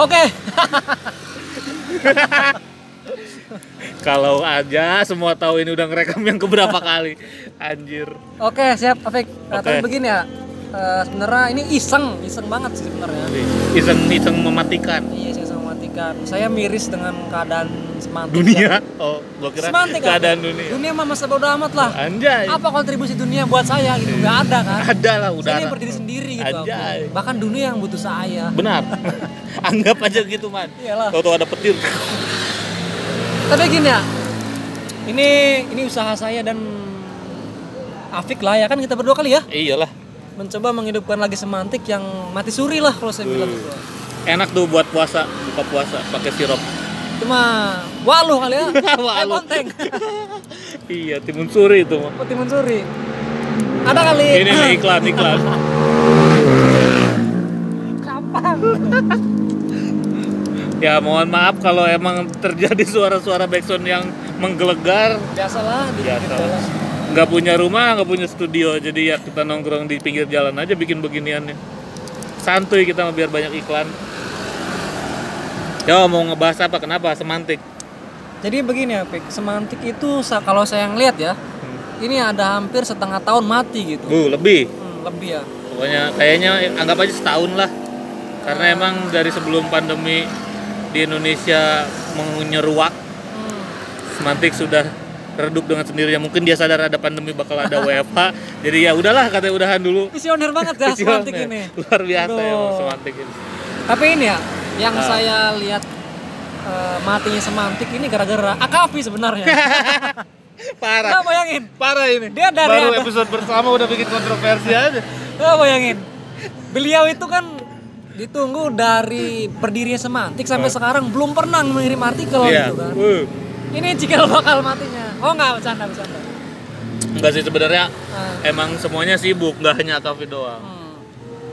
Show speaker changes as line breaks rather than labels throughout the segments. Oke.
Kalau aja semua tahu ini udah ngerekam yang keberapa kali. Anjir.
Oke, siap Afik. Nah,
Oke.
tapi begini ya. eh, sebenarnya ini iseng, iseng banget sih sebenarnya.
Iseng-iseng mematikan
Iya, iseng sama matikan. Saya miris dengan keadaan semantik. kan.
dunia. Oh, gua kira
Semantik kan?
keadaan dunia.
Dunia mah masa bodo amat lah.
Anjay.
Apa kontribusi dunia buat saya gitu? Nggak ada kan.
Iya. Ada lah
Saya
udara.
ini berdiri sendiri gitu. aku.
Anjay.
Bahkan dunia yang butuh saya.
Benar. Anggap aja gitu, Man.
Iyalah.
Tahu-tahu ada petir.
Tapi gini ya. Ini ini usaha saya dan Afik lah ya kan kita berdua kali ya
Iyalah.
mencoba menghidupkan lagi semantik yang mati suri lah kalau saya bilang
Hmm. Enak tuh buat puasa, buka puasa pakai sirup.
cuma waluh kali ya kayak
Waluh.
konteng
Iya, timun suri itu, Man.
peti mencuri ada kali
Ini nih iklan, iklan.
kapan
Ya mohon maaf kalau emang terjadi suara-suara backsound yang menggelegar
biasalah di
Biasa.
pinggir jalan.
nggak punya rumah, nggak punya studio jadi ya kita nongkrong di pinggir jalan aja bikin beginiannya santuy kita mah biar banyak iklan Yo mau ngebahas apa? Kenapa? Semantik
jadi begini ya Pik semantik itu sa- kalau saya ngeliat ya
Hmm.
ini ada hampir setengah tahun mati gitu
Bu, Uh, lebih
Hmm, lebih ya
Pokoknya kayaknya anggap aja setahun lah Karena emang dari sebelum pandemi di Indonesia menyeruak
Hmm.
Semantik sudah redup dengan sendirinya mungkin dia sadar ada pandemi bakal ada WFH jadi ya udahlah katanya udahan dulu
visioner banget ya semantik
Visioner.
ini
luar biasa
Aduh.
ya semantik ini
tapi ini ya yang
Ah.
saya lihat eh, matinya semantik ini gara-gara Akafi sebenarnya
parah
Nah, bayangin
parah ini
Dia dari
baru
ada-
episode bersama udah bikin kontroversi aja
Lo bayangin, beliau itu kan ditunggu dari berdirinya semantik sampai
Iya.
sekarang belum pernah mengirim artikel gitu kan.
Wuh.
Ini cikal bakal matinya. Oh nggak bercanda bercanda.
enggak sih sebenarnya
Ah,
emang semuanya sibuk nggak hanya kafe doang
hmm.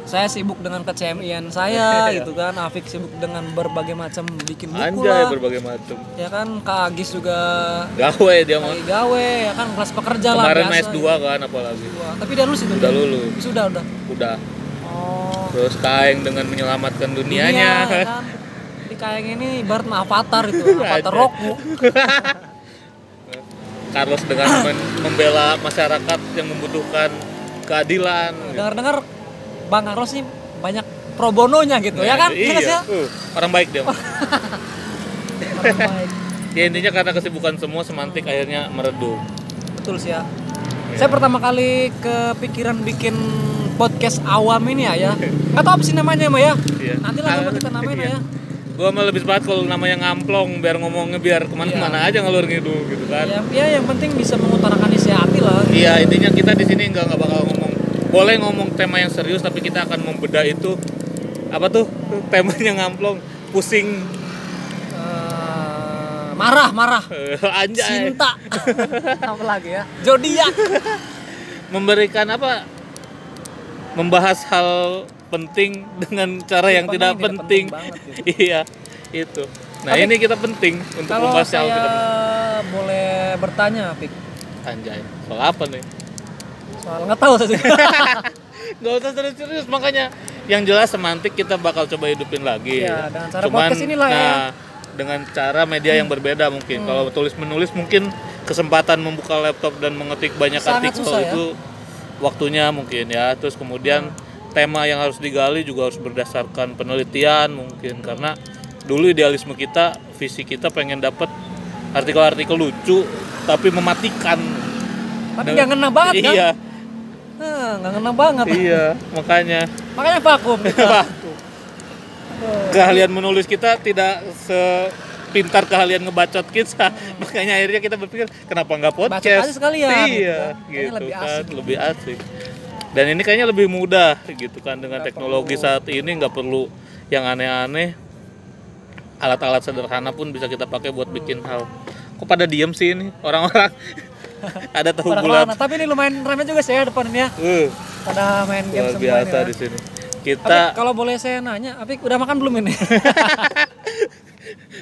Saya sibuk dengan kecmian saya gitu kan. Afik sibuk dengan berbagai macam bikin buku
Iya. anjay
lah.
berbagai macam
Ya kan Kak Agis juga
gawe dia mau
lagi gawe ya kan kelas pekerja lah
kemarin
biasa.
S2 kan apalagi
Wah, Tapi dia lulus itu.
udah lulus
Sudah udah.
udah
Oh.
terus Taeng dengan menyelamatkan dunianya
Iya, kan. Di kayak ini ibarat mah avatar itu, avatar
Ada.
Roku.
Carlos dengan men- membela masyarakat yang membutuhkan keadilan
Dengar-dengar Bang Carlos nih banyak pro bononya gitu ya kan? Oh.
iya,
nggak sih ya?
Uh, orang baik dia mah.
Orang baik.
ya intinya karena kesibukan semua semantik akhirnya meredup
Betul sih ya. Saya pertama kali kepikiran bikin podcast awam ini ya ya. Nggak tahu apa sih namanya Mbak ya.
Iya.
Nanti lah coba
Ah,
kita namain
iya.
ya.
gua mah lebih sepakat kalau namanya ngamplong biar ngomongnya biar kemana-mana
Iya.
aja ngalur ngidul gitu kan
Ya, ya yang penting bisa mengutarakan isi hati lah. Eh,
iya intinya kita di sini nggak nggak bakal ngomong boleh ngomong tema yang serius tapi kita akan membedah itu apa tuh temanya ngamplong pusing
Eh, marah, marah.
Eh, anjay
Cinta. apa lagi ya? Zodiak.
memberikan apa membahas hal penting dengan cara yang
Padahal
tidak
yang tidak
penting,
penting banget
iya itu nah
Tapi-
ini kita penting untuk
Kalau
membahas hal
saya
tidak
boleh bertanya, Pik.
penting. anjay soal apa nih
Soal nggak tahu saya juga.
nggak usah serius-serius makanya yang jelas semantik kita bakal coba hidupin lagi
Iya, dengan cara
cuman
podcast inilah ya. Hmm.
nah, dengan cara media yang berbeda mungkin kalau tulis menulis mungkin kesempatan membuka laptop dan mengetik banyak
Sangat
artikel
susah ya. Hmm.
itu waktunya mungkin ya terus kemudian tema yang harus digali juga harus berdasarkan penelitian mungkin karena dulu idealisme kita visi kita pengen dapat artikel-artikel lucu tapi mematikan
Tapi nggak ngena banget kan?
iya
Nah, nggak ngena banget.
iya makanya
Makanya vakum kita.
keahlian menulis kita tidak sepintar keahlian ngebacot kita makanya akhirnya kita berpikir kenapa nggak
Hmm.
podcast
Bacot aja sekalian,
iya
gitu kan. Kayaknya
gitu
lebih
kan
asik.
lebih asik dan ini kayaknya lebih mudah gitu kan dengan
Nggak
teknologi
perlu.
saat ini nggak perlu yang aneh-aneh alat-alat sederhana pun bisa kita pakai buat bikin hal kok pada diem sih ini orang-orang ada tahu
Pada
bulat
kemana. Tapi ini lumayan rame juga sih ya depan ini ya.
uh,
Pada main game
luar
semua
biasa
ini.
di
ya.
sini
Apik,
kita
kalau boleh saya nanya, Apik udah makan belum ini?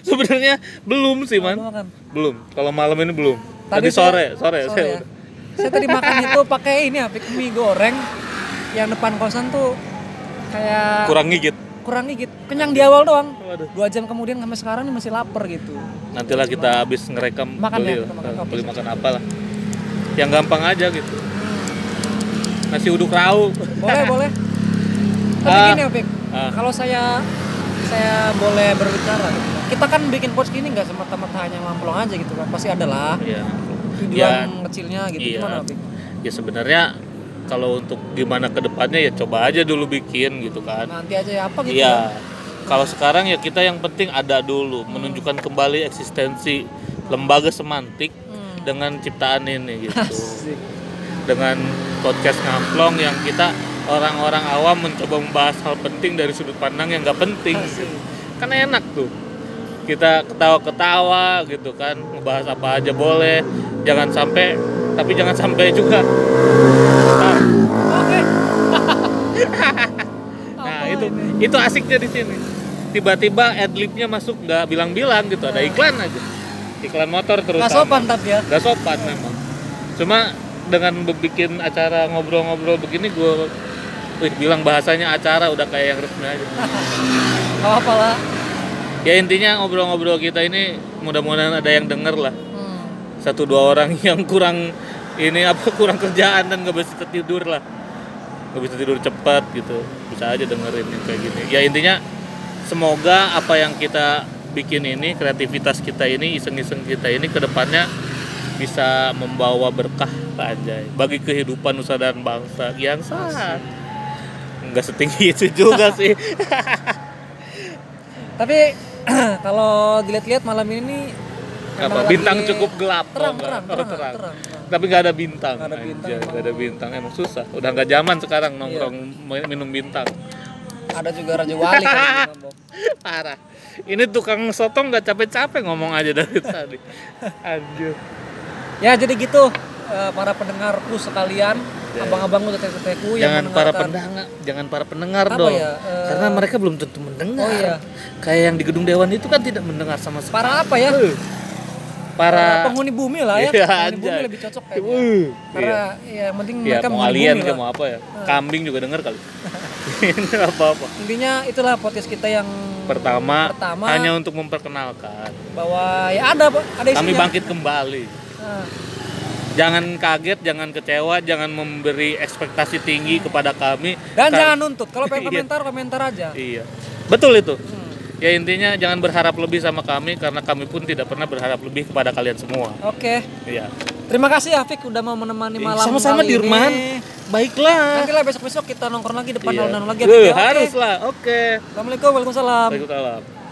sebenarnya belum sih man
Udah makan.
Belum. Kalau malam ini belum. Tadi,
saya-
sore, sore, saya
ya.
udah.
Saya tadi makan itu pakai ini Apik mie goreng yang depan kosan tuh kayak
kurang gigit.
kurang dikit kenyang di awal doang
Waduh.
dua jam kemudian sampai sekarang nih masih lapar gitu
nantilah kita habis ngerekam
Makan
beli,
ya, kita makan
beli makan apa lah yang gampang aja gitu nasi uduk rau
boleh boleh tapi
Ah.
gini Opik
Ah.
kalau saya saya boleh berbicara gitu. kita kan bikin podcast ini nggak semata-mata hanya ngamplong aja gitu kan pasti ada lah
ya
tujuan kecilnya gitu
Iya.
gimana Opik
ya sebenarnya kalau untuk gimana kedepannya ya coba aja dulu bikin gitu kan
nanti aja ya apa gitu
Iya. Kalau sekarang ya kita yang penting ada dulu menunjukkan kembali eksistensi lembaga semantik
Hmm.
dengan ciptaan ini gitu.
Asik.
Dengan podcast ngamplong yang kita orang-orang awam mencoba membahas hal penting dari sudut pandang yang nggak penting.
Asik.
Kan enak tuh. Kita ketawa-ketawa gitu kan, ngebahas apa aja boleh. Jangan sampai tapi jangan sampai juga. Nah,
Oke.
Nah
Apa
itu
ini?
itu asiknya di sini. Tiba-tiba adlibnya masuk nggak bilang-bilang gitu ada iklan aja. Iklan motor terus.
Nah. Nggak sopan tapi ya.
Nggak sopan memang. Cuma dengan bikin acara ngobrol-ngobrol begini gue wih, bilang bahasanya acara udah kayak yang resmi aja.
Gak apa lah.
Ya intinya ngobrol-ngobrol kita ini mudah-mudahan ada yang denger lah.
Hmm.
Satu dua orang yang kurang ini apa kurang kerjaan dan nggak bisa tidur lah. Nggak bisa tidur cepat gitu. Bisa aja dengerin yang kayak gini. Ya intinya semoga apa yang kita bikin ini, kreativitas kita ini, iseng-iseng kita ini ke depannya bisa membawa berkah anjay bagi kehidupan nusa dan bangsa yang sangat nggak setinggi itu juga sih
Tapi kalau dilihat-lihat malam ini nih
apa
emang
bintang
lagi
cukup gelap
terang,
tau nggak?
terang,
Oh,
terang,
terang.
terang, terang.
tapi nggak ada bintang
Nggak ada bintang,
Anjay,
emang.
nggak ada bintang emang susah udah nggak zaman sekarang nongkrong
Iya.
main- minum bintang
Ada juga Raja Wali kan di Lombok.
parah ini tukang soto nggak capek-capek ngomong aja dari tadi anjir
Ya jadi gitu eh, para pendengarku sekalian,
Ya.
abang-abangku teteh-tetehku yang
jangan para
mendengarkan.
pendengar jangan para pendengar
Apa
dong
ya, eh,
karena mereka belum tentu mendengar
Oh iya.
kayak yang di gedung dewan itu kan tidak mendengar sama sekali
Para apa ya?
Eh, para
penghuni bumi lah ya.
Iya,
penghuni bumi
anjay.
lebih cocok kayaknya.
Uh,
Karena ya, yang penting
iya.
mereka Eh.
ya, mau
menghuni
alien
bumi
dia
lah.
mau apa ya kambing juga denger kali ini apa-apa
Intinya itulah podcast kita yang
pertama,
Pertama.
hanya untuk memperkenalkan
bahwa ya ada ada
kami
isinya.
bangkit kembali
Nah.
jangan kaget jangan kecewa jangan memberi ekspektasi tinggi kepada kami
Dan
Kar-
jangan nuntut. Kalau pengen
Iya.
komentar, komentar aja. Hmm,
iya betul itu ya intinya jangan berharap lebih sama kami karena kami pun tidak pernah berharap lebih kepada kalian semua
Oke.
iya
Terima kasih Afik udah mau menemani malam
sama-sama
kali
Dirman
ini.
baiklah
Nanti lah besok-besok kita nongkrong lagi depan
Iya.
alun-alun lagi.
Eh,
Oke.
haruslah oke
Assalamualaikum, waalaikumsalam.
Waalaikumsalam.